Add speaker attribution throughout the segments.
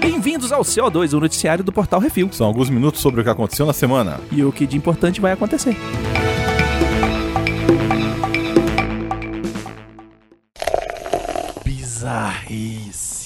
Speaker 1: Bem-vindos ao CO2, o noticiário do Portal Refil.
Speaker 2: São alguns minutos sobre o que aconteceu na semana.
Speaker 1: E o que de importante vai acontecer.
Speaker 2: Bizarrice.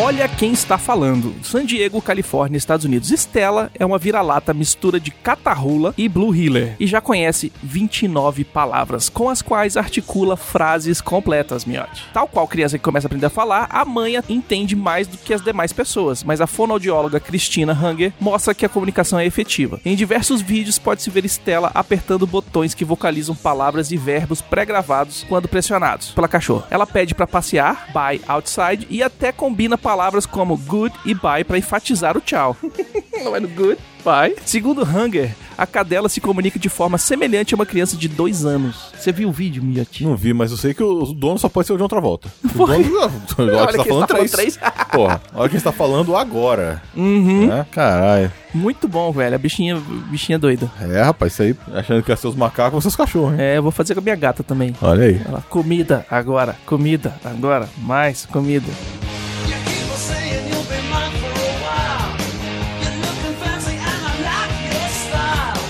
Speaker 1: Olha quem está falando. San Diego, Califórnia, Estados Unidos. Stella é uma vira-lata mistura de catarrula e blue healer e já conhece 29 palavras, com as quais articula frases completas, miote. Tal qual criança que começa a aprender a falar, a mãe entende mais do que as demais pessoas, mas a fonoaudióloga Cristina Hanger mostra que a comunicação é efetiva. Em diversos vídeos pode-se ver Stella apertando botões que vocalizam palavras e verbos pré-gravados quando pressionados pela cachorra. Ela pede para passear, bye outside e até combina palavras como good e bye para enfatizar o tchau. Não é no good, bye. Segundo Hunger, a cadela se comunica de forma semelhante a uma criança de dois anos. Você viu o vídeo, Miotti?
Speaker 2: Não vi, mas eu sei que o dono só pode ser o John Travolta. O
Speaker 1: Foi.
Speaker 2: dono, olha,
Speaker 1: Olha
Speaker 2: que tá
Speaker 1: quem
Speaker 2: falando
Speaker 1: tá falando
Speaker 2: três. Porra, olha quem está falando agora.
Speaker 1: Uhum.
Speaker 2: né? Caralho.
Speaker 1: Muito bom, velho. A bichinha, bichinha doida.
Speaker 2: É, rapaz, isso aí, achando que ia ser os macacos ou seus cachorros, hein?
Speaker 1: É, eu vou fazer com a minha gata também.
Speaker 2: Olha aí.
Speaker 1: Ela, comida agora, comida agora, mais comida.
Speaker 3: You keep on saying you've been mine for a while. You're looking fancy and I like your style.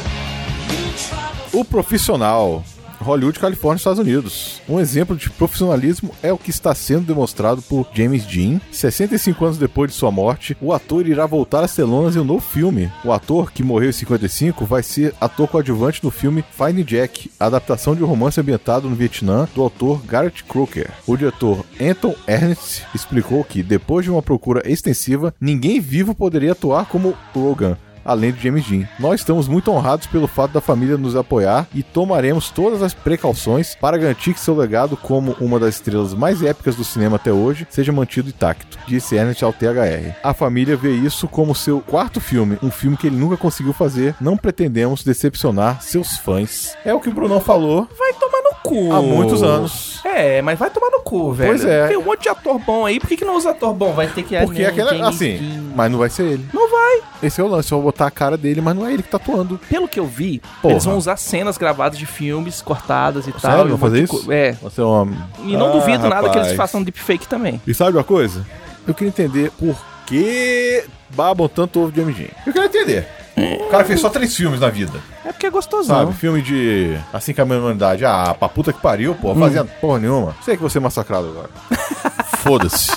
Speaker 3: You travel.
Speaker 2: O profissional. Hollywood, Califórnia, Estados Unidos. Um exemplo de profissionalismo é o que está sendo demonstrado por James Dean. 65 anos depois de sua morte, o ator irá voltar às telonas em um novo filme. O ator, que morreu em 55, vai ser ator coadjuvante no filme Fine Jack, adaptação de um romance ambientado no Vietnã do autor Garrett Crooker. O diretor Anton Ernst explicou que, depois de uma procura extensiva, ninguém vivo poderia atuar como Logan, além de James Dean. Nós estamos muito honrados pelo fato da família nos apoiar e tomaremos todas as precauções para garantir que seu legado como uma das estrelas mais épicas do cinema até hoje seja mantido intacto, disse Ernest ao THR. A família vê isso como seu quarto filme, um filme que ele nunca conseguiu fazer. Não pretendemos decepcionar seus fãs. É o que o Brunão falou
Speaker 1: Vai tomar no cu.
Speaker 2: há muitos anos.
Speaker 1: É, mas vai tomar no cu, velho.
Speaker 2: Pois é.
Speaker 1: Tem um monte de ator bom aí. Por que, que não usa ator bom? Vai ter que...
Speaker 2: Porque
Speaker 1: Ah,
Speaker 2: aquela,
Speaker 1: James
Speaker 2: assim,
Speaker 1: Dean.
Speaker 2: mas não vai ser ele.
Speaker 1: Não vai.
Speaker 2: Esse é o lance, eu vou botar a cara dele, mas não é ele que tá atuando.
Speaker 1: Pelo que eu vi,
Speaker 2: Porra.
Speaker 1: eles vão usar cenas gravadas de filmes cortadas e tal.
Speaker 2: Sério?
Speaker 1: e um
Speaker 2: Vão fazer
Speaker 1: monte de
Speaker 2: isso?
Speaker 1: co- É.
Speaker 2: Você é um homem.
Speaker 1: E não duvido nada que eles
Speaker 2: façam.
Speaker 1: façam deepfake também.
Speaker 2: E sabe uma coisa? Eu queria entender por que babam tanto ovo de MG. Eu queria entender. O cara fez só três filmes na vida,
Speaker 1: É porque é
Speaker 2: sabe?
Speaker 1: gostosão.
Speaker 2: Filme de Assim que a Humanidade. Ah, pra puta que pariu, pô. Fazia porra nenhuma. Sei que você é massacrado agora. Foda-se.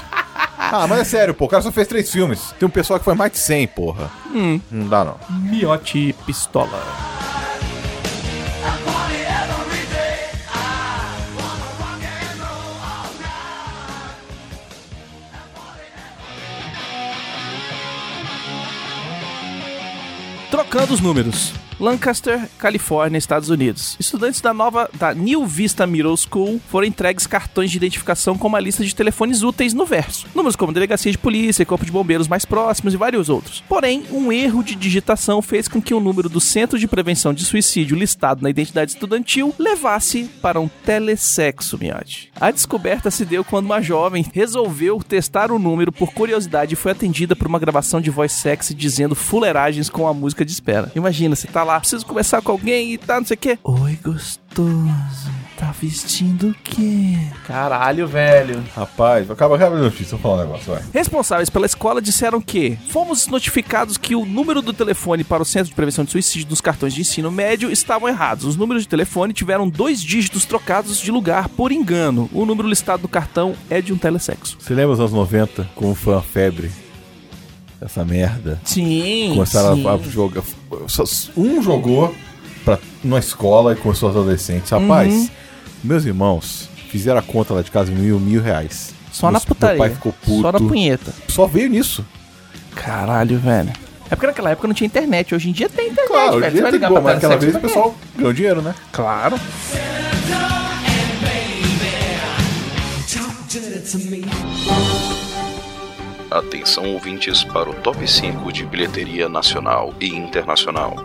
Speaker 2: Ah, mas é sério, pô. O cara só fez três filmes. Tem um pessoal que foi mais de 100, porra. Não dá, não.
Speaker 1: Miote pistola.
Speaker 3: I party every day. I wanna rock and roll all night.
Speaker 1: Trocando os números. Lancaster, Califórnia, Estados Unidos. Estudantes da nova da New Vista Middle School foram entregues cartões de identificação com uma lista de telefones úteis no verso. Números como delegacia de polícia, corpo de bombeiros mais próximos e vários outros. Porém, um erro de digitação fez com que o número do Centro de Prevenção de Suicídio listado na identidade estudantil levasse para um telessexo, Miotti. A descoberta se deu quando uma jovem resolveu testar o número por curiosidade e foi atendida por uma gravação de voz sexy dizendo fuleiragens com a música de espera. Imagina, você tá lá, preciso conversar com alguém e tá, não sei o quê. Oi, gostoso. Tá vestindo o quê? Caralho, velho.
Speaker 2: Rapaz, acaba acaba a notícia, eu vou falar um negócio, vai.
Speaker 1: Responsáveis pela escola disseram que fomos notificados que o número do telefone para o Centro de Prevenção de Suicídio dos cartões de ensino médio estavam errados. Os números de telefone tiveram dois dígitos trocados de lugar por engano. O número listado no cartão é de um telesexo.
Speaker 2: Você lembra dos anos 90, como foi uma febre? Essa merda.
Speaker 1: Sim.
Speaker 2: Começaram
Speaker 1: sim.
Speaker 2: a, a jogar. só- Um jogou pra, numa escola e começou os adolescentes.
Speaker 1: Uhum.
Speaker 2: Rapaz, meus irmãos fizeram a conta lá de casa mil, mil reais.
Speaker 1: Só
Speaker 2: Meu-
Speaker 1: na putaria.
Speaker 2: Meu pai ficou puto.
Speaker 1: Só na punheta.
Speaker 2: Só veio nisso.
Speaker 1: Caralho, velho. É porque naquela época não tinha internet. Hoje em dia tem internet,
Speaker 2: Claro,
Speaker 1: É velho. Você
Speaker 2: dinheiro
Speaker 1: vai
Speaker 2: tem
Speaker 1: ligar
Speaker 2: boa,
Speaker 1: pra
Speaker 2: mas aquela vez
Speaker 1: telesexo pra
Speaker 2: o
Speaker 1: quê?
Speaker 2: pessoal ganhou dinheiro, né?
Speaker 1: Claro.
Speaker 4: Atenção ouvintes para o top 5 de bilheteria nacional e internacional.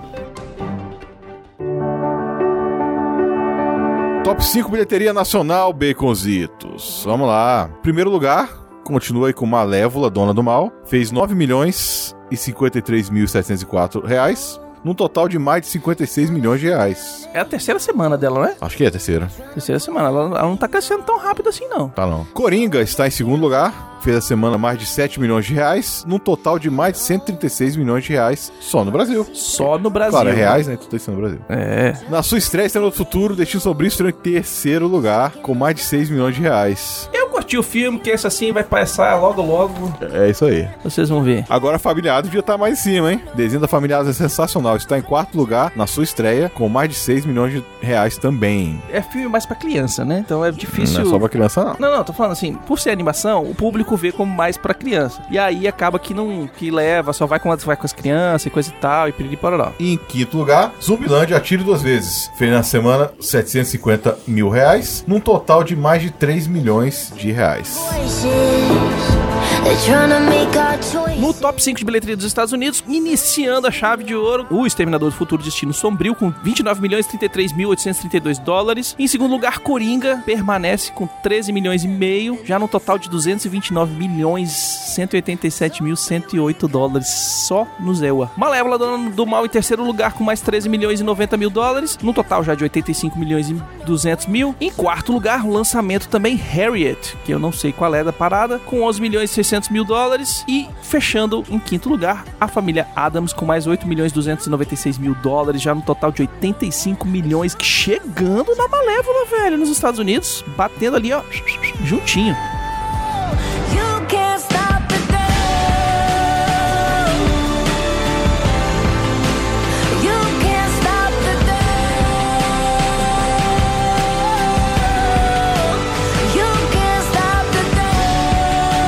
Speaker 2: Top 5 bilheteria nacional, Baconzitos. Vamos lá. Primeiro lugar, continua aí com Malévola, Dona do Mal. Fez 9 milhões e 53.704 reais. num total de mais de 56 milhões de reais.
Speaker 1: É a terceira semana dela, não é?
Speaker 2: Acho que é a terceira.
Speaker 1: Terceira semana. Ela, ela não tá crescendo tão rápido assim, não.
Speaker 2: Tá não. Coringa está em segundo lugar, fez a semana mais de 7 milhões de reais, num total de mais de 136 milhões de reais só no Brasil.
Speaker 1: Só no Brasil.
Speaker 2: Claro, é reais, né? Tudo isso no Brasil.
Speaker 1: É.
Speaker 2: Na sua estreia, Estrela do Futuro, Destino Sombrio estreou em terceiro lugar, com mais de 6 milhões de reais.
Speaker 1: Eu curti o filme, que esse assim vai passar logo logo.
Speaker 2: É isso aí.
Speaker 1: Vocês vão ver.
Speaker 2: Agora a Família Adams já tá mais em cima, hein? Desenho da Família Adams é sensacional. Está em quarto lugar na sua estreia, com mais de 6 milhões de reais também.
Speaker 1: É filme mais pra criança, né? Então é difícil.
Speaker 2: Não é só pra criança, não.
Speaker 1: Não, não, tô falando assim, por ser animação, o público vê como mais pra criança. E aí acaba que não que leva, só vai com, as- vai com as crianças e coisa e tal, e piriri pororó.
Speaker 2: E em quinto lugar, Zumbilândia atire duas vezes. Fez na semana 750 mil reais, num total de mais de 3 milhões de reais.
Speaker 5: They're trying to make our choice.
Speaker 1: No top 5 de bilheteria dos Estados Unidos, iniciando a chave de ouro, o Exterminador do Futuro Destino Sombrio, com 29 milhões dólares. Em segundo lugar, Coringa permanece com 13 milhões e meio, já no total de 229 milhões 187.108 dólares só no Zewa. Malévola Dona do Mal em terceiro lugar com mais 13 milhões e 90 mil dólares, no total já de 85 milhões e 200 mil. Em quarto lugar, o lançamento também Harriet, que eu não sei qual é da parada, com 11 milhões e 600 mil dólares. E fechando em quinto lugar, a família Adams com mais 8 milhões e 296 mil dólares, já no total de 85 milhões, chegando na Malévola, velho, nos Estados Unidos, batendo ali, ó, juntinho.
Speaker 5: You can't stop it, girl. You can't stop it, girl. You can't stop it, girl.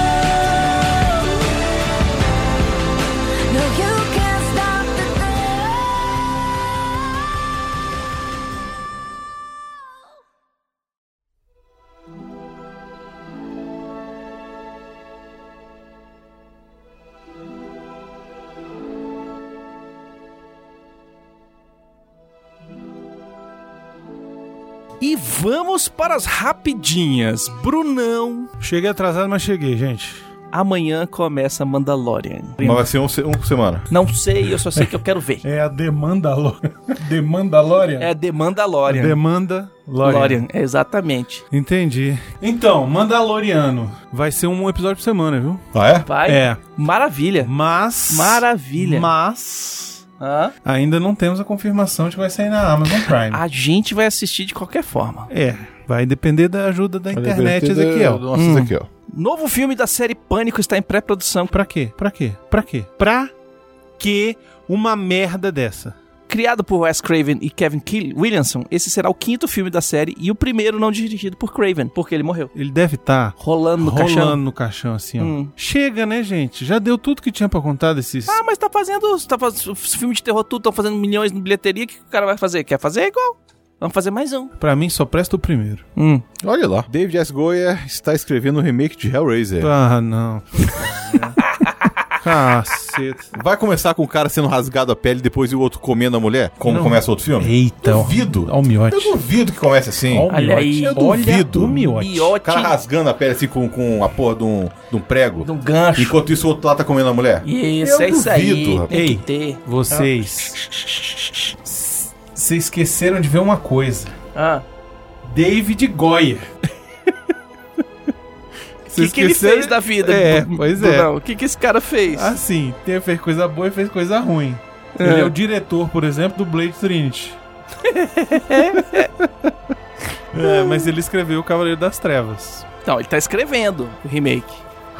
Speaker 5: No, you can't stop it, girl.
Speaker 1: E vamos para as rapidinhas. Brunão,
Speaker 6: Cheguei atrasado, mas cheguei, gente.
Speaker 1: amanhã começa Mandalorian.
Speaker 2: Mas vai ser um, se- um por semana.
Speaker 1: Não sei, eu só sei que eu quero ver.
Speaker 6: É a demanda Demanda Lória?
Speaker 1: É The Mandalorian.
Speaker 6: Demanda Lória.
Speaker 1: Mandalorian, é exatamente.
Speaker 6: Entendi. Então, Mandaloriano. Vai ser um episódio por semana, viu?
Speaker 2: Ah, é?
Speaker 1: Vai.
Speaker 6: É.
Speaker 1: Maravilha.
Speaker 6: Mas.
Speaker 1: Maravilha.
Speaker 6: Mas.
Speaker 1: Hã?
Speaker 6: Ainda não temos a confirmação de que vai sair na Amazon Prime.
Speaker 1: A gente vai assistir de qualquer forma.
Speaker 6: É, vai depender da ajuda da internet, Ezequiel.
Speaker 2: Nossa,
Speaker 1: Hum.
Speaker 2: Ezequiel.
Speaker 1: Novo filme da série Pânico está em pré-produção.
Speaker 6: Pra quê? Pra quê? Pra quê? Pra que uma merda dessa?
Speaker 1: Criado por Wes Craven e Kevin Kill- Williamson, esse será o quinto filme da série e o primeiro não dirigido por Craven, porque ele morreu.
Speaker 6: Ele deve tá estar
Speaker 1: Rolando no
Speaker 6: rolando
Speaker 1: caixão.
Speaker 6: no caixão, assim, ó.
Speaker 1: Hum.
Speaker 6: Chega, né, gente? Já deu tudo que tinha pra contar desses...
Speaker 1: Ah, mas tá fazendo, tá fazendo os filmes de terror tudo, estão fazendo milhões de bilheteria, o que o cara vai fazer? Quer fazer igual? Vamos fazer mais um.
Speaker 6: Pra mim, só presta o primeiro.
Speaker 1: Hum.
Speaker 2: Olha lá. Tá. David S. Goyer está escrevendo o remake de
Speaker 1: É.
Speaker 2: Hellraiser.
Speaker 6: Ah, não. Caceta.
Speaker 2: Vai começar com o cara sendo rasgado a pele depois e o outro comendo a mulher? Como
Speaker 6: Não.
Speaker 2: começa outro filme?
Speaker 6: Eita. ó.
Speaker 2: Duvido.
Speaker 6: Ó o miote.
Speaker 2: Eu duvido que comece assim.
Speaker 6: Ó o
Speaker 1: Olha
Speaker 6: miote.
Speaker 1: aí.
Speaker 6: Eu
Speaker 2: Olha
Speaker 6: duvido.
Speaker 2: o
Speaker 6: miote.
Speaker 2: O cara rasgando a pele assim com, com a porra de um, de um prego.
Speaker 1: De um gancho.
Speaker 2: Enquanto isso, o outro lá tá comendo a mulher.
Speaker 1: Isso,
Speaker 2: Eu
Speaker 1: é isso aí.
Speaker 2: duvido,
Speaker 1: Tem
Speaker 6: rapaz.
Speaker 1: que ter.
Speaker 6: Vocês... Vocês esqueceram de ver uma coisa.
Speaker 1: Ah.
Speaker 6: David Goyer.
Speaker 1: O que, que ele fez da vida?
Speaker 6: É,
Speaker 1: Bu-
Speaker 6: pois
Speaker 1: Bu-
Speaker 6: é.
Speaker 1: não, O que, que esse cara fez?
Speaker 6: Assim, tem, fez coisa boa e fez coisa ruim. Ele é o diretor, por exemplo, do Blade Trinity. é, mas ele escreveu O Cavaleiro das Trevas.
Speaker 1: Não, ele tá escrevendo o remake.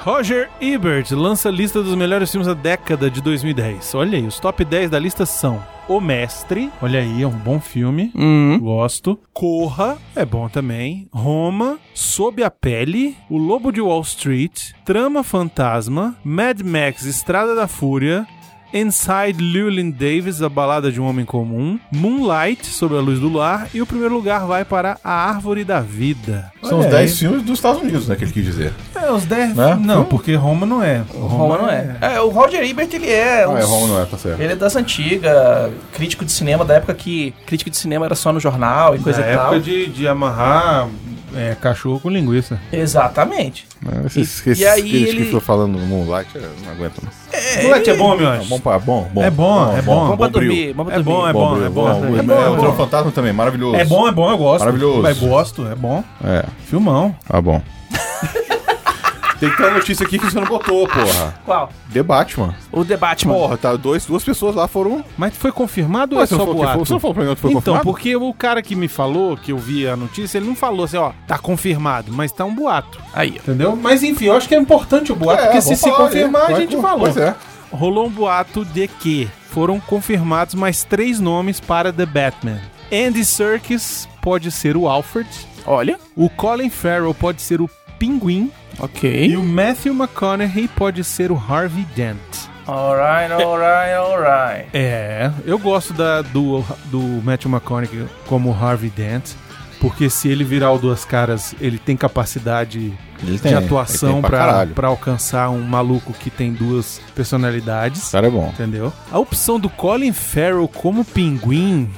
Speaker 6: Roger Ebert lança a lista dos melhores filmes da década de 2010. Olha aí, os top 10 da lista são O Mestre, olha aí, é um bom filme. Gosto. Corra, é bom também. Roma, Sob a Pele, O Lobo de Wall Street, Trama Fantasma, Mad Max Estrada da Fúria, Inside Llewyn Davis, A Balada de um Homem Comum, Moonlight, Sobre a Luz do Lar, e o primeiro lugar vai para A Árvore da Vida.
Speaker 2: São os
Speaker 1: É.
Speaker 2: 10 filmes dos Estados Unidos, né? Que ele quis dizer.
Speaker 6: É, os 10.
Speaker 2: Né?
Speaker 6: Não, porque Roma não é.
Speaker 1: Roma não é. É, O Roger Ebert, ele é.
Speaker 2: Não
Speaker 1: um-
Speaker 2: é Roma, não é, tá certo.
Speaker 1: Ele é das antigas, crítico de cinema da época que crítico de cinema era só no jornal e coisa
Speaker 6: Na
Speaker 1: e tal.
Speaker 6: é. época de, de amarrar é, cachorro com linguiça.
Speaker 1: Exatamente.
Speaker 2: Ah, esses,
Speaker 1: E- e aí
Speaker 2: aqueles
Speaker 1: ele-
Speaker 2: que ficam falando no Moonlight, eu não aguento mais.
Speaker 1: É,
Speaker 6: Moleque é bom, meu anjo.
Speaker 2: É bom, pra- bom, bom.
Speaker 6: É bom, é bom.
Speaker 1: Vamos pra
Speaker 2: bril.
Speaker 1: dormir, vamos pra
Speaker 6: É bom,
Speaker 1: dormir.
Speaker 6: é bom, é bom.
Speaker 2: bom.
Speaker 6: É
Speaker 2: É
Speaker 6: bom, é bom.
Speaker 2: Fantasma também, maravilhoso.
Speaker 6: É bom, é bom, eu gosto.
Speaker 2: Maravilhoso.
Speaker 6: Eu gosto, é bom.
Speaker 2: É,
Speaker 6: Filmão.
Speaker 2: tá bom. Tem que ter uma notícia aqui que você não botou, porra.
Speaker 1: Qual?
Speaker 2: The Batman.
Speaker 1: O The Batman.
Speaker 2: Porra, tá, dois, duas pessoas lá foram...
Speaker 6: Mas foi confirmado
Speaker 2: Ué, você não
Speaker 6: ou é só
Speaker 2: falou que
Speaker 6: boato?
Speaker 2: foi- você não falou pra mim que foi
Speaker 6: então,
Speaker 2: confirmado?
Speaker 6: porque o cara que me falou, que eu vi a notícia, ele não falou assim, ó, tá confirmado, mas tá um boato.
Speaker 1: Aí, ó.
Speaker 6: Entendeu? Mas enfim, eu acho que é importante o boato,
Speaker 2: É,
Speaker 6: porque
Speaker 2: vamos
Speaker 6: se se
Speaker 2: falar, é.
Speaker 6: confirmar, a
Speaker 2: Vai
Speaker 6: gente
Speaker 2: com-
Speaker 6: falou.
Speaker 2: Pois é.
Speaker 6: Rolou um boato de que foram confirmados mais três nomes para The Batman. Andy Serkis pode ser o Alfred,
Speaker 1: Olha.
Speaker 6: o Colin Farrell pode ser o Pinguim e
Speaker 1: Ok.
Speaker 6: o Matthew McConaughey pode ser o Harvey Dent.
Speaker 1: Alright, alright, alright.
Speaker 6: É, eu gosto da, do, do Matthew McConaughey como Harvey Dent, porque se ele virar o Duas Caras, ele tem capacidade
Speaker 2: Ele
Speaker 6: de atuação
Speaker 2: ele tem pra
Speaker 6: pra
Speaker 2: caralho.
Speaker 6: pra alcançar um maluco que tem duas personalidades.
Speaker 2: O cara é bom.
Speaker 6: Entendeu? A opção do Colin Farrell como pinguim.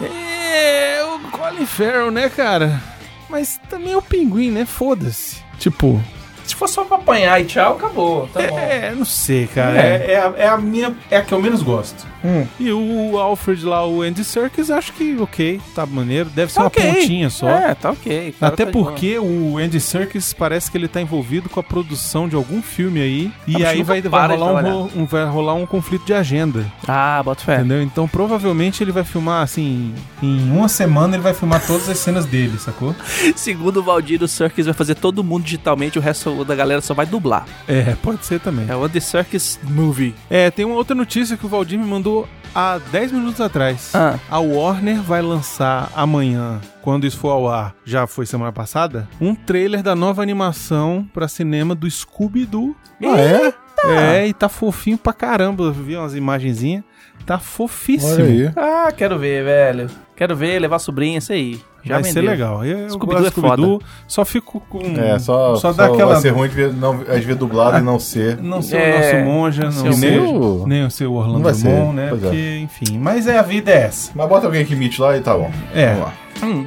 Speaker 6: É. O Colin Farrell, né, cara? Mas também é o pinguim, né? Foda-se. Tipo.
Speaker 1: Se for só pra apanhar e tchau, acabou. Tá bom.
Speaker 6: É, não sei, cara. É, é a, é a minha. É a que eu menos gosto.
Speaker 1: Hum.
Speaker 6: E o Alfred lá, o Andy Serkis, acho que ok, tá maneiro. Deve ser
Speaker 1: Ok.
Speaker 6: uma pontinha só.
Speaker 1: É, tá ok. o cara
Speaker 6: Até
Speaker 1: tá de boa.
Speaker 6: porque o Andy Serkis parece que ele tá envolvido com a produção de algum filme aí.
Speaker 1: Ah,
Speaker 6: E
Speaker 1: mas
Speaker 6: aí
Speaker 1: nunca
Speaker 6: vai, vai,
Speaker 1: para de
Speaker 6: rolar um,
Speaker 1: trabalhar.
Speaker 6: ro- um- vai rolar um conflito de agenda.
Speaker 1: Ah, bota fé.
Speaker 6: Entendeu? Então provavelmente ele vai filmar assim. Em uma semana ele vai filmar todas as cenas dele, sacou?
Speaker 1: Segundo o Valdir, o Serkis vai fazer todo mundo digitalmente, o resto da galera só vai dublar.
Speaker 6: É, pode ser também.
Speaker 1: É o The Circus Movie.
Speaker 6: É, tem uma outra notícia que o Valdir me mandou há 10 minutos atrás.
Speaker 1: Ah.
Speaker 6: A Warner vai lançar amanhã, quando isso for ao ar, já foi semana passada, um trailer da nova animação pra cinema do Scooby-Doo.
Speaker 2: Ah, é?
Speaker 6: É, e tá fofinho pra caramba, viu umas imagenzinhas? Tá
Speaker 2: Olha
Speaker 6: fofíssimo.
Speaker 2: aí.
Speaker 1: Ah, quero ver, velho. Quero ver, levar a sobrinha, isso aí. Já
Speaker 6: vai
Speaker 1: vendeu.
Speaker 6: ser legal. Eu, eu
Speaker 1: Scooby-Doo
Speaker 6: gosto
Speaker 1: é
Speaker 6: do Scooby-Doo, só fico com...
Speaker 2: É, só,
Speaker 6: Hum.
Speaker 2: só,
Speaker 6: só dá aquela...
Speaker 2: vai ser ruim de ver, não, a gente ver dublado e não ser.
Speaker 6: Não ser
Speaker 1: É,
Speaker 6: o nosso monja, não
Speaker 1: ser o
Speaker 6: ser
Speaker 2: monja.
Speaker 6: o- nem o seu
Speaker 2: Não
Speaker 6: Orlando
Speaker 2: vai ser,
Speaker 6: Drummond, né?
Speaker 2: pois é.
Speaker 6: Porque, enfim, mas é a vida é essa.
Speaker 2: Mas bota alguém que imite lá e tá bom.
Speaker 6: É.
Speaker 2: Vamos lá.
Speaker 1: Hum.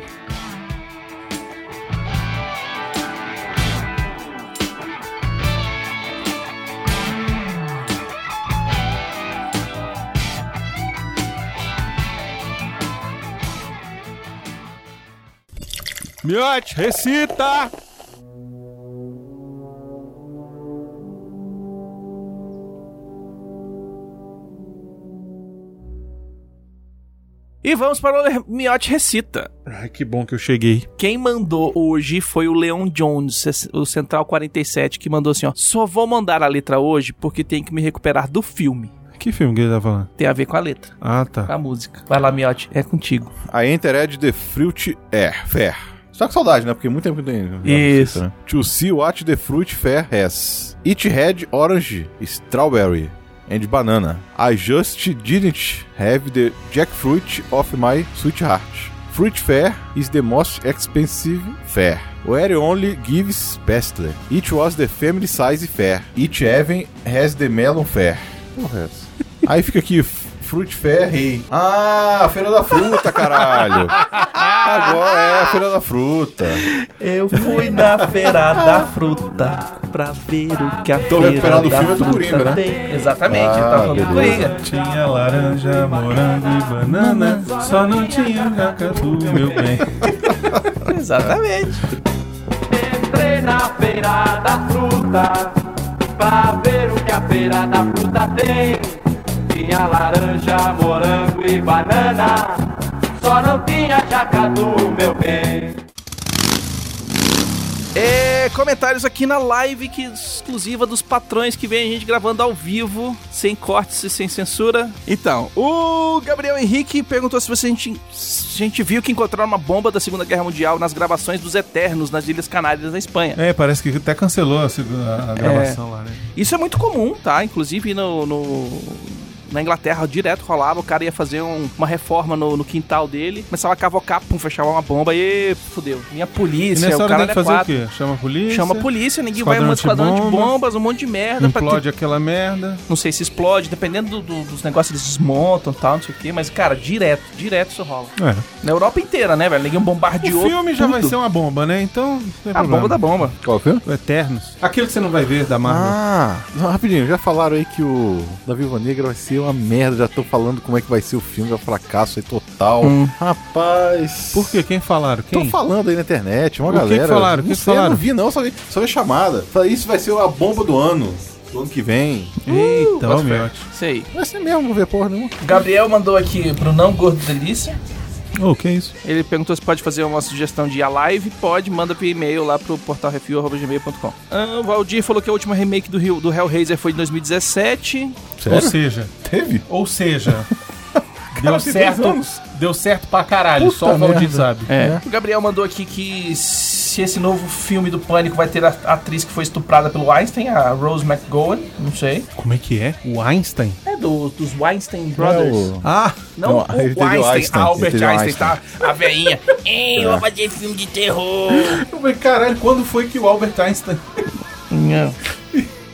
Speaker 6: Miote, recita!
Speaker 1: E vamos para o Le- Miote Recita.
Speaker 6: Ai, que bom que eu cheguei.
Speaker 1: Quem mandou hoje foi o Leon Jones, esse- o Central 47, que mandou assim, ó. Só vou mandar a letra hoje porque tenho que me recuperar do filme.
Speaker 6: Que filme que ele tá falando?
Speaker 1: Tem a ver com a letra,
Speaker 6: Ah,
Speaker 1: com
Speaker 6: tá.
Speaker 1: a música. Vai lá, Miote, é contigo.
Speaker 2: A Enter é de The Fruit Air. Fair. Você tá com saudade, né? Porque muito tempo que não tem.
Speaker 1: Isso.
Speaker 2: né? To see what the fruit fair has. It had orange, strawberry, and banana. I just didn't have the jackfruit of my sweetheart. Fruit fair is the most expensive fair. Where only gives best. It was the family size fair. Each even has the melon fair. Porra, é essa? Aí fica aqui, f- Fruit Fair Rei. Ah, a Feira da Fruta, caralho. Agora é a Feira da Fruta.
Speaker 1: Eu fui na feira da fruta pra ver o que a
Speaker 2: Tô feira recuperando o da filme do fruta Coringa, né?
Speaker 1: tem. Exatamente,
Speaker 2: Ah,
Speaker 1: ele tá falando do
Speaker 2: beleza.
Speaker 1: Coringa.
Speaker 6: Tinha laranja, morango e banana, só não tinha cacatu, meu bem.
Speaker 1: Exatamente.
Speaker 7: Entrei na feira da fruta Pra ver o que a feira da fruta tem Tinha laranja, morango e banana Só não tinha jacatu, meu bem
Speaker 1: É, comentários aqui na live que é exclusiva dos patrões que vem a gente gravando ao vivo, sem cortes e sem censura. Então, o Gabriel Henrique perguntou se, você, a, gente, se a gente viu que encontraram uma bomba da Segunda Guerra Mundial nas gravações dos Eternos nas Ilhas Canárias da Espanha.
Speaker 6: É, parece que até
Speaker 1: É.
Speaker 6: cancelou a, seg- a- a gravação lá, né?
Speaker 1: Isso é muito comum, tá? Inclusive no, no, na Inglaterra direto rolava, o cara ia fazer um- uma reforma no, no quintal dele, começava a cavocar, pum, fechava uma bomba e fudeu. Minha
Speaker 6: E
Speaker 1: polícia,
Speaker 6: nessa
Speaker 1: o
Speaker 6: hora
Speaker 1: cara
Speaker 6: tem
Speaker 1: é
Speaker 6: que fazer
Speaker 1: quatro.
Speaker 6: o quê? Chama a polícia.
Speaker 1: Chama a polícia, ninguém vai
Speaker 6: Esquadrão
Speaker 1: um esquadrão de
Speaker 6: antibombas.
Speaker 1: bombas, um monte de merda pra
Speaker 6: Implode aquela merda.
Speaker 1: não sei se explode, dependendo do- do- dos negócios eles desmontam e tal, não sei o quê, mas cara, direto, direto isso rola.
Speaker 6: É.
Speaker 1: Na Europa inteira, né, velho? Ninguém bombardeou.
Speaker 6: O filme já vai
Speaker 1: tudo.
Speaker 6: ser uma bomba, né? Então. não tem
Speaker 1: a bomba
Speaker 6: problema.
Speaker 1: da bomba.
Speaker 2: Qual filme?
Speaker 6: O Eternos. Aquilo que você não vai ver da Marvel.
Speaker 2: Ah, não, rapidinho, já falaram aí que o da Viúva Negra vai ser uma merda, já tô falando como é que vai ser o filme, é um fracasso aí total. Rapaz.
Speaker 6: Hum. Por quê? Quem falaram?
Speaker 2: Tô
Speaker 6: Quem?
Speaker 2: falando aí na internet, uma
Speaker 6: O que que
Speaker 2: galera.
Speaker 6: falaram? O que
Speaker 2: Não
Speaker 6: que
Speaker 2: sei, eu
Speaker 6: falaram?
Speaker 2: não vi não, só vi, só vi chamada. Falei, isso vai ser a bomba do ano, do ano que vem.
Speaker 6: Eita, ó,
Speaker 2: Bota fé.
Speaker 6: miote.
Speaker 1: Isso aí.
Speaker 2: Vai ser mesmo, não vou ver porra nenhuma.
Speaker 1: Gabriel mandou aqui pro Não Gordo Delícia.
Speaker 6: Ô, que isso?
Speaker 1: Ele perguntou se pode fazer uma sugestão de a live. Pode, manda por e-mail lá pro portalrefil.gmail.com. Ah, o Valdir falou que a última remake do, Rio, do Hellraiser foi de 2017.
Speaker 6: Ou seja,
Speaker 2: Teve?
Speaker 6: ou seja.
Speaker 2: Cara,
Speaker 6: deu
Speaker 2: tem
Speaker 6: certo.
Speaker 2: dois anos.
Speaker 6: Deu certo pra caralho.
Speaker 2: Puta
Speaker 6: só o Valdir
Speaker 2: merda.
Speaker 6: sabe.
Speaker 1: É. O Gabriel mandou aqui que se esse novo filme do Pânico vai ter a atriz que foi estuprada pelo Einstein, a Rose McGowan, não sei.
Speaker 6: Como é que é? O Einstein?
Speaker 1: É do- dos Weinstein
Speaker 2: É
Speaker 1: Brothers.
Speaker 2: o-
Speaker 6: Ah!
Speaker 1: Não,
Speaker 2: Não,
Speaker 1: o
Speaker 2: ele
Speaker 1: Einstein,
Speaker 2: teve o Einstein,
Speaker 1: a Albert
Speaker 2: ele teve o
Speaker 1: Einstein, tá? A veinha. Ei, eu vou fazer filme de terror.
Speaker 6: Eu falei, caralho, quando foi que o Albert Einstein
Speaker 1: Não.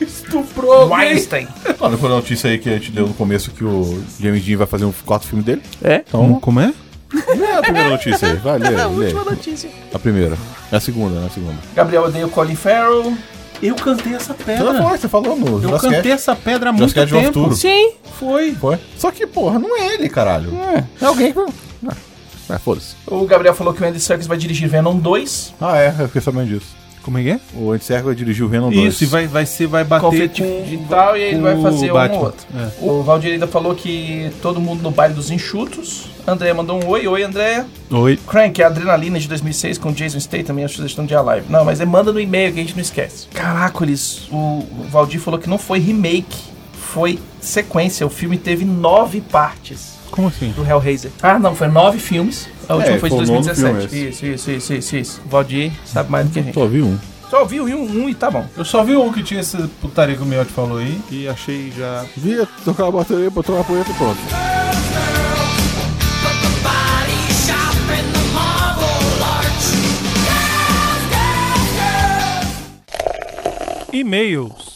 Speaker 6: estuprou alguém?
Speaker 1: Weinstein.
Speaker 2: Ah, não foi a notícia aí que a gente deu no começo que o James Dean vai fazer um quarto filme dele?
Speaker 1: É?
Speaker 6: Como, como é?
Speaker 2: Não é a primeira notícia aí, vai ler,
Speaker 1: a
Speaker 2: lê.
Speaker 1: última notícia.
Speaker 2: A primeira. É a segunda, né? A segunda.
Speaker 1: Gabriel odeia o Colin Farrell.
Speaker 6: Eu cantei essa
Speaker 2: Ela
Speaker 6: pedra.
Speaker 2: foi, você falou no
Speaker 6: Eu
Speaker 2: Jurassic
Speaker 6: cantei essa pedra há muito
Speaker 2: Jurassic World
Speaker 6: tempo.
Speaker 2: Futuro.
Speaker 1: Sim.
Speaker 6: Foi.
Speaker 2: Foi? Só que, porra, não é ele, caralho. É, alguém que. Ah, é, foda-se.
Speaker 1: O Gabriel falou que o Andy Serkis vai dirigir Venom 2.
Speaker 2: Ah, é, eu fiquei sabendo disso.
Speaker 6: Como é que é?
Speaker 2: O Andy Serkis vai dirigir o Venom 2.
Speaker 6: Isso, e vai, vai, ser, vai bater
Speaker 1: Conflito
Speaker 6: com... um
Speaker 1: digital e ele vai
Speaker 6: com
Speaker 1: fazer
Speaker 6: o
Speaker 1: um
Speaker 6: Batman.
Speaker 1: ou outro.
Speaker 6: É.
Speaker 1: O Valdir ainda falou que todo mundo no baile dos enxutos. André mandou um oi. Oi, André.
Speaker 6: Oi.
Speaker 1: Crank, a Adrenalina de 2006 com Jason Statham e a sugestão de A Live. Não, mas é manda no e-mail que a gente não esquece. Caracoles, o o Valdir falou que não foi remake, foi sequência. O filme teve nove partes
Speaker 6: Como assim?
Speaker 1: do Hellraiser. Ah, não, foi nove filmes. A última
Speaker 2: É,
Speaker 1: foi de
Speaker 2: foi o nono
Speaker 1: 2017.
Speaker 2: filme
Speaker 1: isso, isso, isso, isso, isso. O Valdir sabe mais do que a gente.
Speaker 2: Só vi um.
Speaker 1: Só ouvi o um, um e tá bom.
Speaker 6: Eu só vi um que tinha essa putaria que o Miotti falou aí e achei já...
Speaker 2: Vi tocar a bateria, botou uma punheta e pronto.
Speaker 3: Body shop in the marble arch.
Speaker 6: E-mails.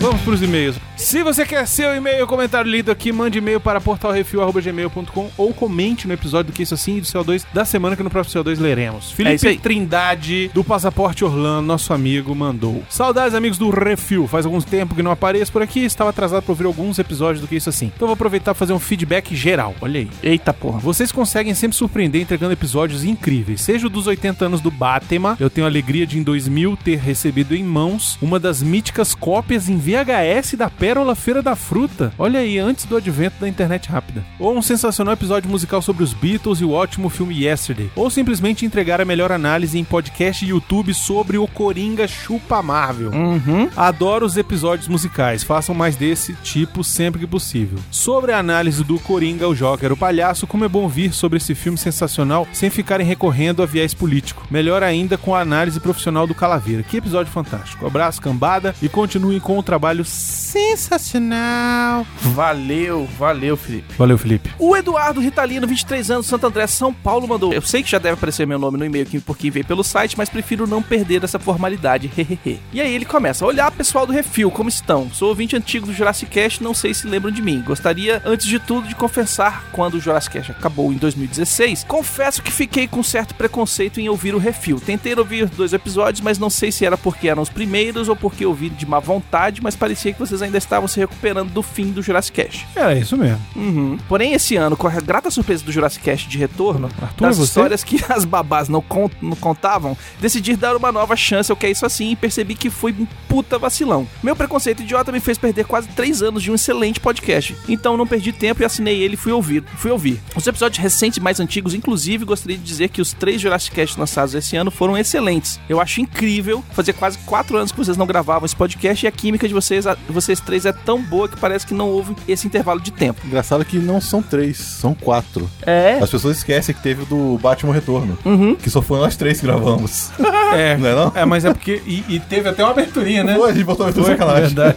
Speaker 6: Vamos para os e-mails. Se você quer seu e-mail, comentário lido aqui, mande e-mail para portalrefil.gmail.com ou comente no episódio do Que Isso Assim e do CO2 da semana que no próximo CO2
Speaker 1: É
Speaker 6: leremos.
Speaker 1: isso
Speaker 6: Felipe
Speaker 1: aí.
Speaker 6: Trindade, do Passaporte Orlando, nosso amigo, mandou. Saudades, amigos do Refil. Faz algum tempo que não apareço por aqui e estava atrasado para ouvir alguns episódios do Que Isso Assim. Então vou aproveitar para fazer um feedback geral. Olha aí.
Speaker 1: Eita porra.
Speaker 6: Vocês conseguem sempre surpreender entregando episódios incríveis. Seja o dos 80 anos do Batman, eu tenho a alegria de em 2000 ter recebido em mãos uma das míticas cópias em VHS da Pérola Feira da Fruta. Olha aí, antes do advento da internet rápida. Ou um sensacional episódio musical sobre os Beatles e o ótimo filme Yesterday. Ou simplesmente entregar a melhor análise em podcast e YouTube sobre o Coringa Chupa Marvel. Adoro os episódios musicais, façam mais desse tipo sempre que possível. Sobre a análise do Coringa, o Joker, o Palhaço, como é bom vir sobre esse filme sensacional sem ficarem recorrendo a viés político. Melhor ainda com a análise profissional do Calaveira. Que episódio fantástico. Abraço, cambada, e continuem com o trabalho sensacional.
Speaker 1: Valeu, valeu, Felipe.
Speaker 6: Valeu, Felipe.
Speaker 1: O Eduardo Ritalino, 23 anos, Santo André, São Paulo, mandou. Eu sei que já deve aparecer meu nome no e-mail que- porque veio pelo site, mas prefiro não perder essa formalidade. Hehehe. e aí ele começa: Olá, pessoal do Refil, como estão? Sou ouvinte antigo do Jurassic Cast, não sei se lembram de mim. Gostaria, antes de tudo, de confessar quando o Jurassic Cast acabou em 2016. Confesso que fiquei com certo preconceito em ouvir o Refil. Tentei ouvir os dois episódios, mas não sei se era porque eram os primeiros ou porque ouvi de má vontade, mas parecia que vocês ainda estavam se recuperando do fim do Jurassic Cast.
Speaker 6: Era isso mesmo.
Speaker 1: Uhum. Porém, esse ano, com a grata surpresa do Jurassic Cast de retorno,
Speaker 6: Arthur,
Speaker 1: das
Speaker 6: é você?
Speaker 1: histórias que as babás não, con- não contavam, decidi dar uma nova chance ao que é isso assim e percebi que fui um puta vacilão. Meu preconceito idiota me fez perder quase três anos de um excelente podcast. Então não perdi tempo e assinei ele e fui ouvir. Fui ouvir. Os episódios recentes e mais antigos, inclusive, gostaria de dizer que os três Jurassic Cast lançados esse ano foram excelentes. Eu acho incrível. Fazia quase quatro anos que vocês não gravavam esse podcast e a química de vocês, a- vocês três mas é tão boa que parece que não houve esse intervalo de tempo.
Speaker 2: Engraçado que não são três, são quatro.
Speaker 1: É.
Speaker 2: As pessoas esquecem que teve o do Batman Retorno,
Speaker 1: Uhum.
Speaker 2: que só foi nós três que gravamos.
Speaker 6: É,
Speaker 2: Não é não?
Speaker 6: é, mas é porque. E, e teve até uma aberturinha, né?
Speaker 2: Pô, a gente botou a sacanagem.
Speaker 6: verdade.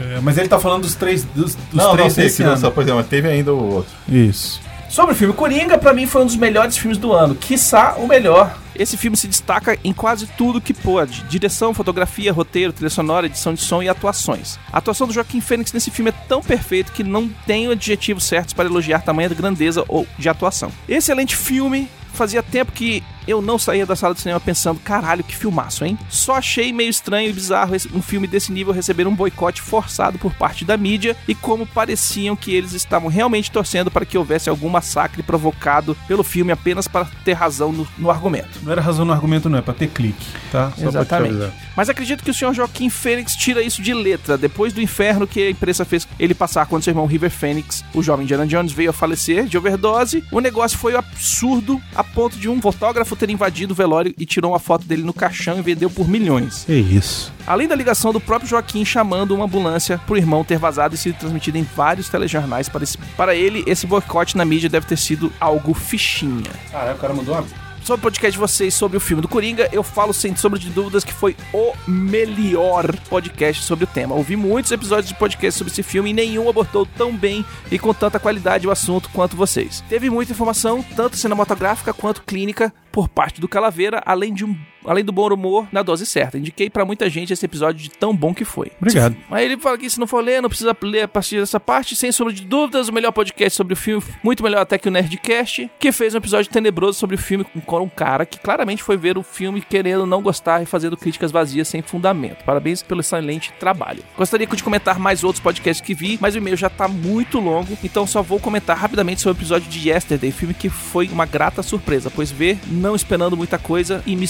Speaker 6: É, mas ele tá falando dos três. Dos, dos
Speaker 2: Não,
Speaker 6: três
Speaker 2: não sei
Speaker 6: desse
Speaker 2: que
Speaker 6: ano.
Speaker 2: lançou, pois é, mas teve ainda o outro.
Speaker 6: Isso.
Speaker 1: Sobre o filme, Coringa pra mim foi um dos melhores filmes do ano, quiçá o melhor. Esse filme se destaca em quase tudo que pode: direção, fotografia, roteiro, trilha sonora, edição de som e atuações. A atuação do Joaquim Fênix nesse filme é tão perfeita que não tem adjetivos certos para elogiar tamanha grandeza ou de atuação. Excelente filme, fazia tempo que eu não saía da sala de cinema pensando, caralho, que filmaço, hein? Só achei meio estranho e bizarro esse- um filme desse nível receber um boicote forçado por parte da mídia e como pareciam que eles estavam realmente torcendo para que houvesse algum massacre provocado pelo filme apenas para ter razão no, no argumento.
Speaker 6: Não era razão no argumento, não, é pra ter clique, tá? Só pra te avisar.
Speaker 1: Mas acredito que o senhor Joaquim Fênix tira isso de letra. Depois do inferno que a imprensa fez ele passar quando seu irmão River Fênix, o jovem Indiana Jones, veio a falecer de overdose, o negócio foi um absurdo a ponto de um fotógrafo ter invadido o velório e tirou uma foto dele no caixão e vendeu por milhões.
Speaker 6: É isso.
Speaker 1: Além da ligação do próprio Joaquim chamando uma ambulância pro irmão ter vazado e sido transmitido em vários telejornais para, esse- para ele, esse boicote na mídia deve ter sido algo fichinha.
Speaker 6: Caralho, o cara mudou uma.
Speaker 1: Sobre o podcast de vocês sobre o filme do Coringa, eu falo sem sombra de dúvidas que foi o melhor podcast sobre o tema. Ouvi muitos episódios de podcast sobre esse filme e nenhum abordou tão bem e com tanta qualidade o assunto quanto vocês. Teve muita informação, tanto cinematográfica quanto clínica, por parte do Calaveira, além de um além do bom humor na dose certa. Indiquei pra muita gente esse episódio de tão bom que foi.
Speaker 6: Obrigado.
Speaker 1: Aí ele fala que se não for ler, não precisa ler a partir dessa parte. Sem sombra de dúvidas, o melhor podcast sobre o filme, muito melhor até que o Nerdcast, que fez um episódio tenebroso sobre o filme com um cara que claramente foi ver o filme querendo não gostar e fazendo críticas vazias sem fundamento. Parabéns pelo excelente trabalho. Gostaria de comentar mais outros podcasts que vi, mas o e-mail já tá muito longo, então só vou comentar rapidamente sobre o episódio de Yesterday, filme que foi uma grata surpresa, pois ver não esperando muita coisa e me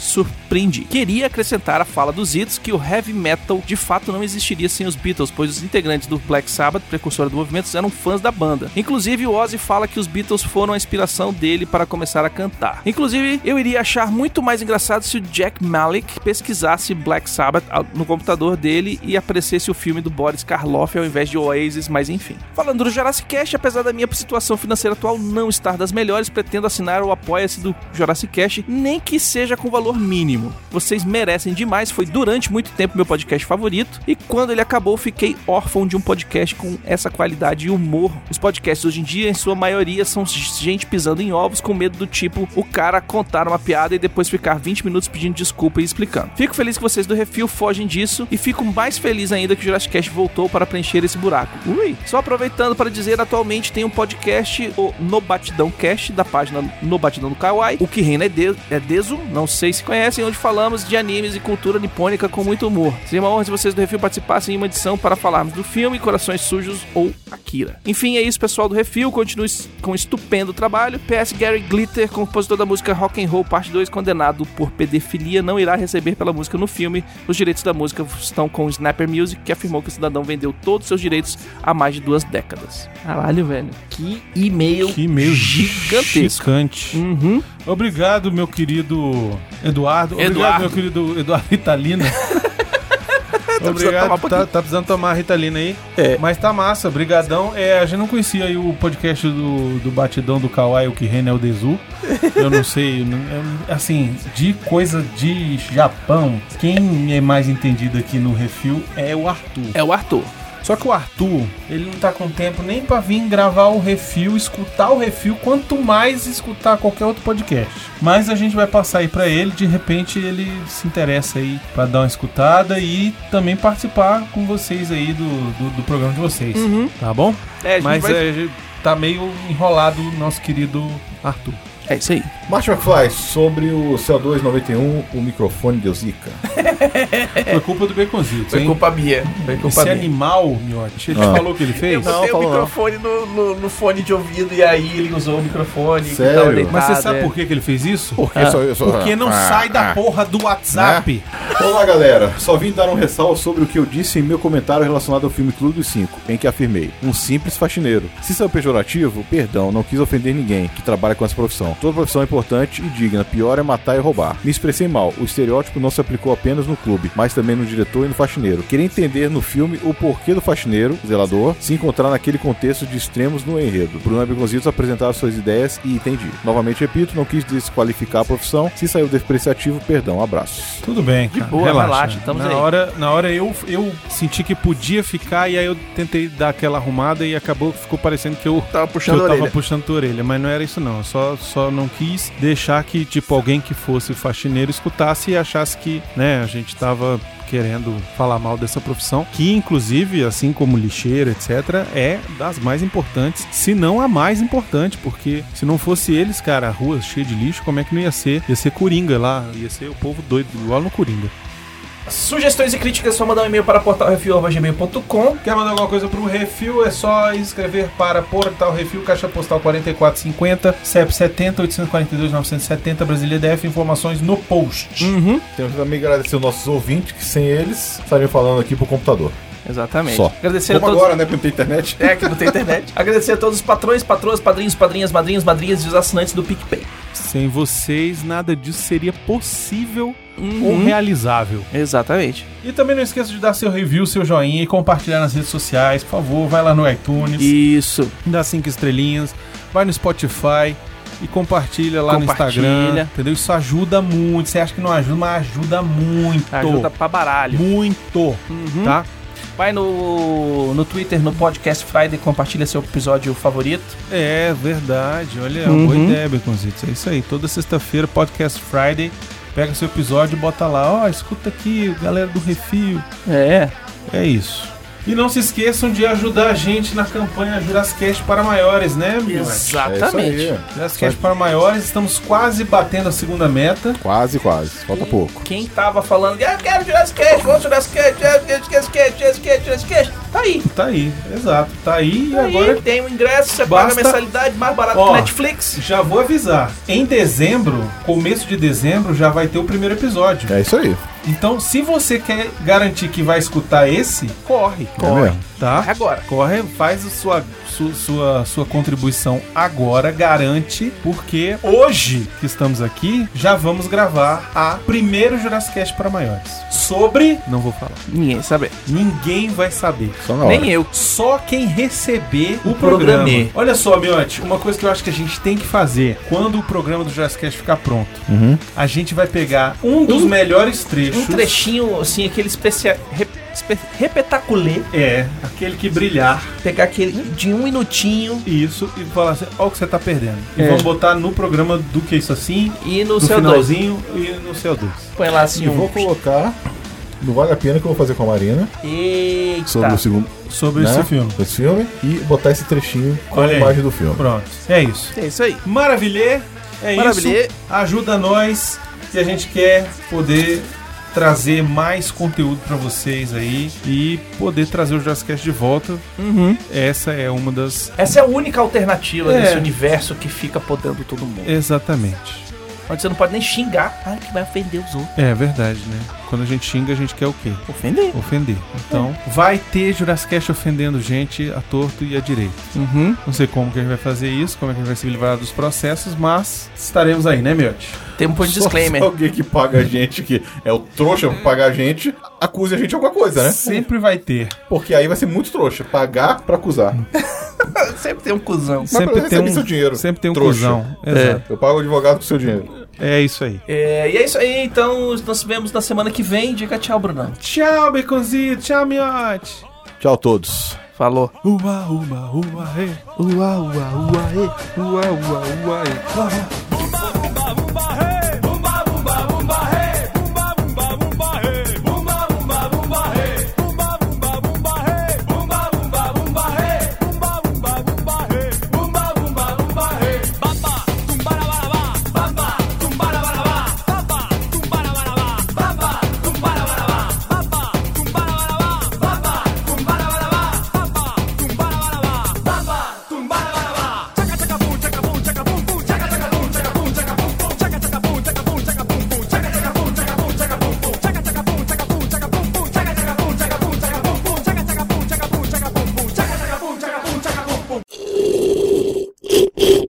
Speaker 1: surpreendi. Queria acrescentar a fala dos Itz que o heavy metal de fato não existiria sem os Beatles, pois os integrantes do Black Sabbath, precursora do movimento, eram fãs da banda. Inclusive, o Ozzy fala que os Beatles foram a inspiração dele para começar a cantar. Inclusive, eu iria achar muito mais engraçado se o Jack Malik pesquisasse Black Sabbath ao- no computador dele e aparecesse o filme do Boris Karloff ao invés de Oasis, mas enfim. Falando do Jurassic Cast, apesar da minha situação financeira atual não estar das melhores, pretendo assinar o apoia-se do Jurassic Cast, nem que seja com valor mínimo. Vocês merecem demais, foi durante muito tempo meu podcast favorito, e quando ele acabou, fiquei órfão de um podcast com essa qualidade e humor. Os podcasts hoje em dia, em sua maioria, são gente pisando em ovos com medo do tipo o cara contar uma piada e depois ficar 20 minutos pedindo desculpa e explicando. Fico feliz que vocês do Refil fogem disso e fico mais feliz ainda que o Jurassic Cast voltou para preencher esse buraco. Ui! Só aproveitando para dizer, atualmente tem um podcast, o No Batidão Cast, da página No Batidão do Kawaii, o que reina é, de é Deso, não sei se conhecem, onde falamos de animes e cultura nipônica com muito humor. Seria uma honra se vocês do Refil participassem em uma edição para falarmos do filme Corações Sujos ou Akira. Enfim, é isso, pessoal do Refil, continue s- com estupendo trabalho. PS Gary Glitter, compositor da música Rock and Roll Parte 2, condenado por pedofilia, não irá receber pela música no filme. Os direitos da música estão com o Snapper Music, que afirmou que o cidadão vendeu todos os seus direitos há mais de duas décadas. Caralho, velho. Que e-mail.
Speaker 6: Que meio
Speaker 1: Gigantesco.
Speaker 6: Gigante.
Speaker 1: Uhum.
Speaker 6: Obrigado, meu querido Eduardo. Obrigado,
Speaker 1: Eduardo.
Speaker 6: meu querido Eduardo Ritalina.
Speaker 1: precisando tomar um
Speaker 6: Obrigado, tá,
Speaker 1: pouquinho. É.
Speaker 6: tá precisando tomar a Ritalina aí. Mas tá massa, brigadão. É, a gente não conhecia aí o podcast do, do Batidão do Kawai, o que reina é o Dezu. Eu não sei, eu não- eu- assim, de coisa de Japão, quem é mais entendido aqui no Refil é o Arthur.
Speaker 1: É o Arthur.
Speaker 6: Só que o Arthur, ele não tá com tempo nem pra vir gravar o refil, escutar o refil, quanto mais escutar qualquer outro podcast. Mas a gente vai passar aí pra ele, de repente ele se interessa aí pra dar uma escutada e também participar com vocês aí do, do, do programa de vocês. Tá bom?
Speaker 1: É, a gente
Speaker 6: Mas
Speaker 1: vai-
Speaker 6: é, tá meio enrolado o nosso querido Arthur.
Speaker 1: é isso aí.
Speaker 2: Martin McFly, sobre o CO291, o microfone deu zica.
Speaker 6: É, Foi culpa do Beconzitos, hein?
Speaker 8: culpa minha. Foi
Speaker 6: Esse
Speaker 1: é
Speaker 8: culpa minha.
Speaker 6: animal, Miotti, ele
Speaker 2: Ah.
Speaker 6: É falou o que ele
Speaker 8: Eu
Speaker 6: fez?
Speaker 2: Não,
Speaker 8: botei o
Speaker 2: falou não.
Speaker 8: microfone no, no- no fone de ouvido e aí ele usou o microfone. que
Speaker 2: Sério?
Speaker 8: tava deitado,
Speaker 6: Mas
Speaker 1: Tá,
Speaker 6: você sabe
Speaker 8: é.
Speaker 6: por que, que ele fez isso? É,
Speaker 2: Porque só, eu só-
Speaker 6: Porque não
Speaker 2: Ah,
Speaker 6: sai da
Speaker 2: ah.
Speaker 6: porra do
Speaker 2: né?
Speaker 6: WhatsApp.
Speaker 2: Olá galera, só vim dar um ressalvo sobre o que eu disse em meu comentário relacionado ao filme Clube dos Cinco, em que afirmei, um simples faxineiro. Se isso é pejorativo, perdão, não quis ofender ninguém que trabalha trabalha com essa profissão. Toda profissão é importante e digna. Pior é matar e roubar. Me expressei mal. O estereótipo não se aplicou apenas no clube, mas também no diretor e no faxineiro. Queria entender no filme o porquê do faxineiro, zelador, se encontrar naquele contexto de extremos no enredo. Bruno Abigonzitos apresentava suas ideias e entendi. Novamente repito, não quis desqualificar a profissão. Se saiu depreciativo, perdão. Abraços.
Speaker 6: Tudo bem, cara.
Speaker 1: boa, relaxa, estamos
Speaker 6: na
Speaker 1: aí.
Speaker 6: Hora, na hora eu, eu senti que podia ficar e aí eu tentei dar aquela arrumada e acabou que ficou parecendo que eu,
Speaker 9: Tava
Speaker 6: que
Speaker 9: puxando
Speaker 6: eu
Speaker 9: a
Speaker 6: tava
Speaker 9: orelha.
Speaker 6: puxando tua orelha, mas não era isso não. Eu só, só não quis deixar que, tipo, alguém que fosse faxineiro escutasse e achasse que, né, a gente tava querendo falar mal dessa profissão, que inclusive, assim como lixeira, etc, é das mais importantes, se não a mais importante, porque se não fosse eles, cara, a rua cheia de lixo, como é que não ia ser? Ia ser Coringa lá, ia ser o povo doido, igual no Coringa.
Speaker 1: Sugestões e críticas, só mandar um e-mail para portalrefil.gmail.com.
Speaker 6: Quer mandar alguma coisa pro Refil? É só escrever para Portal Refil, Caixa Postal 4450, CEP 70 842 970, Brasília DF, informações no post.
Speaker 2: Temos também que agradecer os nossos ouvintes, que sem eles estariam falando aqui pro computador.
Speaker 1: Exatamente.
Speaker 2: Só.
Speaker 1: Agradecer
Speaker 2: Como
Speaker 1: a todos.
Speaker 2: agora, né? Porque não tem internet.
Speaker 1: É, que não tem internet. Agradecer a todos os patrões, patroas, padrinhos, padrinhas, madrinhas, madrinhas e os assinantes do PicPay.
Speaker 6: Sem vocês, nada disso seria possível ou realizável.
Speaker 1: Exatamente.
Speaker 6: Uhum. E também não esqueça de dar seu review, seu joinha e compartilhar nas redes sociais. Por favor, vai lá no iTunes,
Speaker 1: Isso.
Speaker 6: dá cinco estrelinhas, vai no Spotify. E compartilha lá
Speaker 1: Compartilha.
Speaker 6: no Instagram, entendeu? Isso ajuda muito. Você acha que não ajuda, mas ajuda muito.
Speaker 1: Ajuda pra Uhum. baralho.
Speaker 6: Muito, tá?
Speaker 1: Vai no, no Twitter, no Podcast Friday, compartilha seu episódio favorito.
Speaker 6: É verdade, olha, é uma
Speaker 1: Uhum.
Speaker 6: boa ideia, Beconzitos. É isso aí, toda sexta-feira, Podcast Friday, pega seu episódio e bota lá, ó, escuta aqui, galera do Refil.
Speaker 1: É.
Speaker 6: É isso. E não se esqueçam de ajudar a gente na campanha Jurascast para maiores, né, meu?
Speaker 2: É
Speaker 1: Exatamente.
Speaker 2: isso aí.
Speaker 6: Jurascast para maiores, estamos quase batendo a segunda meta.
Speaker 2: Quase, quase. Falta pouco.
Speaker 1: Quem tava falando, ah, eu quero Jurassic Cast, vamos Jurassic Cast, Jurassic Cast, Jurassic Cast, Jurassic Cast, Jurassic Cast. Tá aí.
Speaker 6: Tá aí, exato, tá aí e
Speaker 1: Tá aí,
Speaker 6: agora
Speaker 1: tem o ingresso, você
Speaker 6: Basta-
Speaker 1: paga a mensalidade mais barato
Speaker 6: Ó.
Speaker 1: que Netflix.
Speaker 6: já vou avisar. Em dezembro, começo de dezembro, já vai ter o primeiro episódio.
Speaker 2: É isso aí.
Speaker 6: Então, se você quer garantir que vai escutar esse, corre,
Speaker 2: Corre. é mesmo.
Speaker 6: tá?
Speaker 1: Corre É agora.
Speaker 6: Corre, faz a sua, su- sua, sua contribuição agora, garante, porque hoje que estamos aqui, já vamos gravar a primeiro Jurassic Cast para maiores. Sobre, não vou falar.
Speaker 1: Ninguém sabe.
Speaker 6: Ninguém vai saber.
Speaker 2: Só na hora.
Speaker 1: Nem eu.
Speaker 6: Só quem receber o, programa.
Speaker 1: programa.
Speaker 6: Olha só, Miotti, uma coisa que eu acho que a gente tem que fazer quando o programa do Jurassic Cast ficar pronto, a gente vai pegar um dos
Speaker 1: Um-
Speaker 6: melhores trechos.
Speaker 1: Um trechinho, assim, aquele especial... Rep, espe- repetaculê.
Speaker 6: É, aquele que brilhar.
Speaker 1: Pegar aquele de um minutinho
Speaker 6: Isso, e falar assim, ó o que você tá perdendo. E
Speaker 1: É.
Speaker 6: vamos botar no programa do que isso assim,
Speaker 1: e no
Speaker 6: no
Speaker 1: seu dois.
Speaker 6: finalzinho e no seu dois.
Speaker 1: Põe lá assim
Speaker 2: E vou
Speaker 1: um... Tá.
Speaker 2: colocar. Não vale a pena que eu vou fazer com a Marina
Speaker 1: Eita.
Speaker 2: sobre o segundo
Speaker 6: Sobre
Speaker 2: né,
Speaker 6: esse filme.
Speaker 2: desse filme e botar esse trechinho com
Speaker 6: Olha
Speaker 2: a
Speaker 6: aí.
Speaker 2: imagem do filme.
Speaker 6: Pronto, é isso.
Speaker 1: É isso aí.
Speaker 6: Maravilhê, é
Speaker 1: Maravilhê.
Speaker 6: isso. Ajuda nós e a gente quer poder trazer mais conteúdo pra vocês aí e poder trazer o Jurassic Cast de volta. Essa é uma das...
Speaker 1: Essa é a única alternativa
Speaker 6: É.
Speaker 1: desse universo que fica podando todo mundo.
Speaker 6: Exatamente.
Speaker 1: Onde você não pode nem xingar. Ah, que vai ofender os outros.
Speaker 6: É verdade, né? Quando a gente xinga, a gente quer o quê?
Speaker 1: Ofender.
Speaker 6: ofender. Então, vai ter Jurassic Cast ofendendo gente a torto e a direito.
Speaker 1: Uhum.
Speaker 6: Não sei como que a gente vai fazer isso, como é que a gente vai se livrar dos processos, mas estaremos aí, né, Miotti?
Speaker 1: Tem um ponto de
Speaker 2: Só se
Speaker 1: disclaimer.
Speaker 2: alguém que paga a gente, que é o trouxa pra pagar a gente, acuse a gente de alguma coisa, né?
Speaker 6: Sempre vai ter.
Speaker 2: Porque aí vai ser muito trouxa. Pagar pra acusar.
Speaker 1: Sempre tem um cuzão.
Speaker 2: Mas
Speaker 6: sempre
Speaker 2: eu
Speaker 6: tem
Speaker 2: recebi
Speaker 6: um
Speaker 2: seu dinheiro,
Speaker 6: Sempre tem um
Speaker 2: trouxa. É.
Speaker 6: cuzão. Exato.
Speaker 2: Eu pago o advogado com seu dinheiro.
Speaker 6: É. isso aí.
Speaker 1: É, e é isso aí, então. Nós vemos na semana que vem. Diga tchau, Brunão.
Speaker 6: Tchau, Beconzito. Tchau, Miotti.
Speaker 2: Tchau a todos.
Speaker 1: Falou.
Speaker 6: Ua, ua, ua, e. Ua, ua, ua, e. Ua, ua, ua, e. Ua, ua.